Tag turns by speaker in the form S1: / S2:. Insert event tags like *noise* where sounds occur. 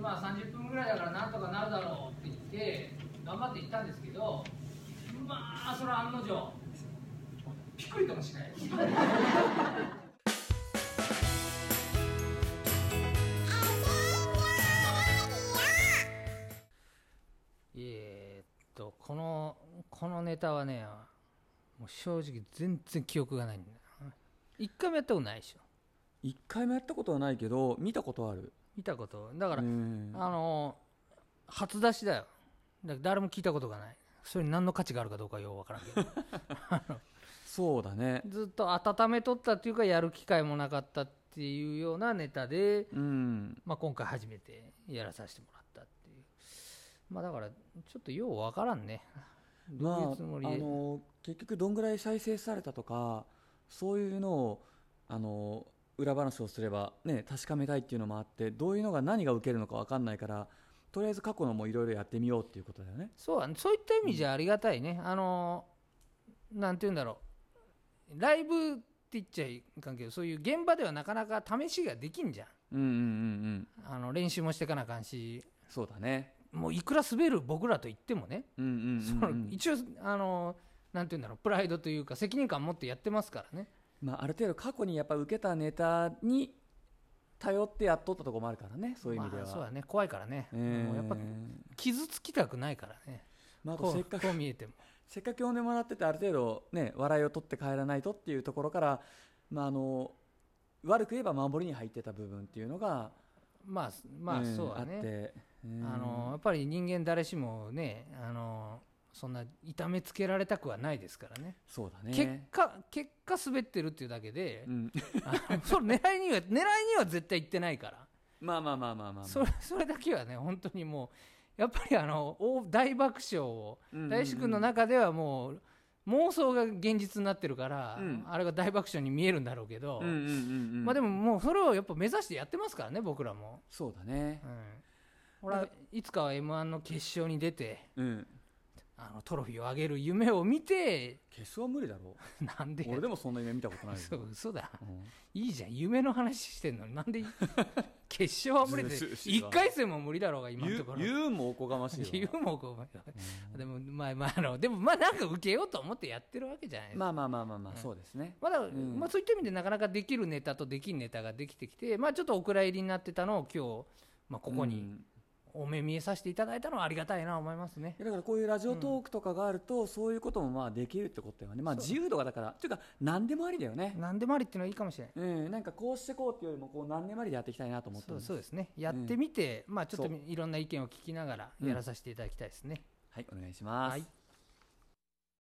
S1: まあ30分ぐらいだからなんとかなるだろうって言って頑張って行ったんですけどまあそれは案の定ピクリともしない
S2: *laughs* えーっとこのこのネタはねもう正直全然記憶がないんだよ一回もやったことないでしょ
S3: 一回もやったことはないけど見たことある
S2: 見たことだから、
S3: うん
S2: あの初出しだよだから誰も聞いたことがないそれに何の価値があるかどうかはようわからんけ
S3: *laughs*
S2: ど
S3: そうだね
S2: ずっと温めとったっていうかやる機会もなかったっていうようなネタで、
S3: うん
S2: まあ、今回初めてやらさせてもらったっていうまあだからちょっとようわからんね
S3: ま
S2: ど
S3: あ
S2: ういう
S3: あ
S2: つもりで
S3: の結局どんぐらい再生されたとかそういうのをあの裏話をすればね確かめたいっていうのもあってどういうのが何が受けるのか分かんないからとりあえず過去のもいろいろやってみようっていうことだよね
S2: そうだねそういった意味じゃありがたいね、あのなんて言うんだろうライブって言っちゃいかんけどそういう現場ではなかなか試しができんじゃん
S3: うんうんうんうん
S2: あの練習もしてかなあかんし
S3: そうだね
S2: もういくら滑る僕らと言ってもね、
S3: うんうんうんうん
S2: その一応あのなんて言うんだろうプライドというか責任感持ってやってますからね
S3: まあ、ある程度過去にやっぱ受けたネタに頼ってやっとったとこもあるからねそういう意味では、
S2: まあそうだね怖いからね、
S3: えー
S2: もうやっぱ傷つきたくないからね
S3: まあ、あと
S2: こ
S3: せっ
S2: う
S3: かく
S2: こう見えても
S3: せっかく呼んでもらっててある程度ね笑いを取って帰らないとっていうところから、まあ、あの悪く言えば守りに入ってた部分っていうのが、
S2: まあまあ
S3: ん
S2: そうだね、
S3: あって、うん
S2: あのやっぱり人間誰しもねあのそんな痛めつけられたくはないですからね、
S3: そうだね
S2: 結果結果滑ってるっていうだけで、
S3: うん、
S2: あのそれ狙いには狙いには絶対行ってないから、
S3: まあまあまあまあまあ、まあ、
S2: それそれだけはね本当にもうやっぱりあの大大爆笑を
S3: うんうんうん
S2: 大志君の中ではもう妄想が現実になってるから、
S3: うん
S2: あれが大爆笑に見えるんだろうけど、
S3: うんうんうんうん
S2: まあでももうそれをやっぱ目指してやってますからね僕らも、
S3: そうだね
S2: うん、俺はいつかは m 1の決勝に出て
S3: うん
S2: あのトロフィーをあげる夢を見て *laughs*
S3: 決勝は無理だろ
S2: なんで
S3: う俺でもそんな夢見たことないよ、
S2: そう嘘だ
S3: うん
S2: いいじゃん夢の話してんのになんで *laughs* 決勝は無理で
S3: ずるしいわ
S2: 1回戦も無理だろうが今の
S3: 言
S2: と
S3: う
S2: ころ
S3: 言うもおこがましいわ
S2: *laughs* 自由もこう
S3: う
S2: *laughs*
S3: ん
S2: でもまあまああのでもまあなんか受けようと思ってやってるわけじゃないですか、
S3: まあまあまあまあまあ、
S2: うん
S3: そうですね。
S2: まだ
S3: ん
S2: まあ、そういった意味でなかなかできるネタとできんネタができてきて、まあ、ちょっとお蔵入りになってたのを今日、まあ、ここ
S3: う
S2: に
S3: ん
S2: お目見えさせていただいたのはありがたいなと思いますね
S3: い。やだからこういうラジオトークとかがあると、そういうこともまあできるってことだよね。まあ自由度がだから、っていうか何でもありだよね。
S2: 何でもありっていうのはいいかもしれない。
S3: うん、なんかこうしてこうっていうよりもこう何でもありでやっていきたいなと思って
S2: そ
S3: ま
S2: う
S3: す。
S2: そうですね、やってみて、まあ、ちょっと
S3: そう
S2: いろんな意見を聞きながらやらさせていただきたいですね。
S3: はい、お願いします。
S2: はい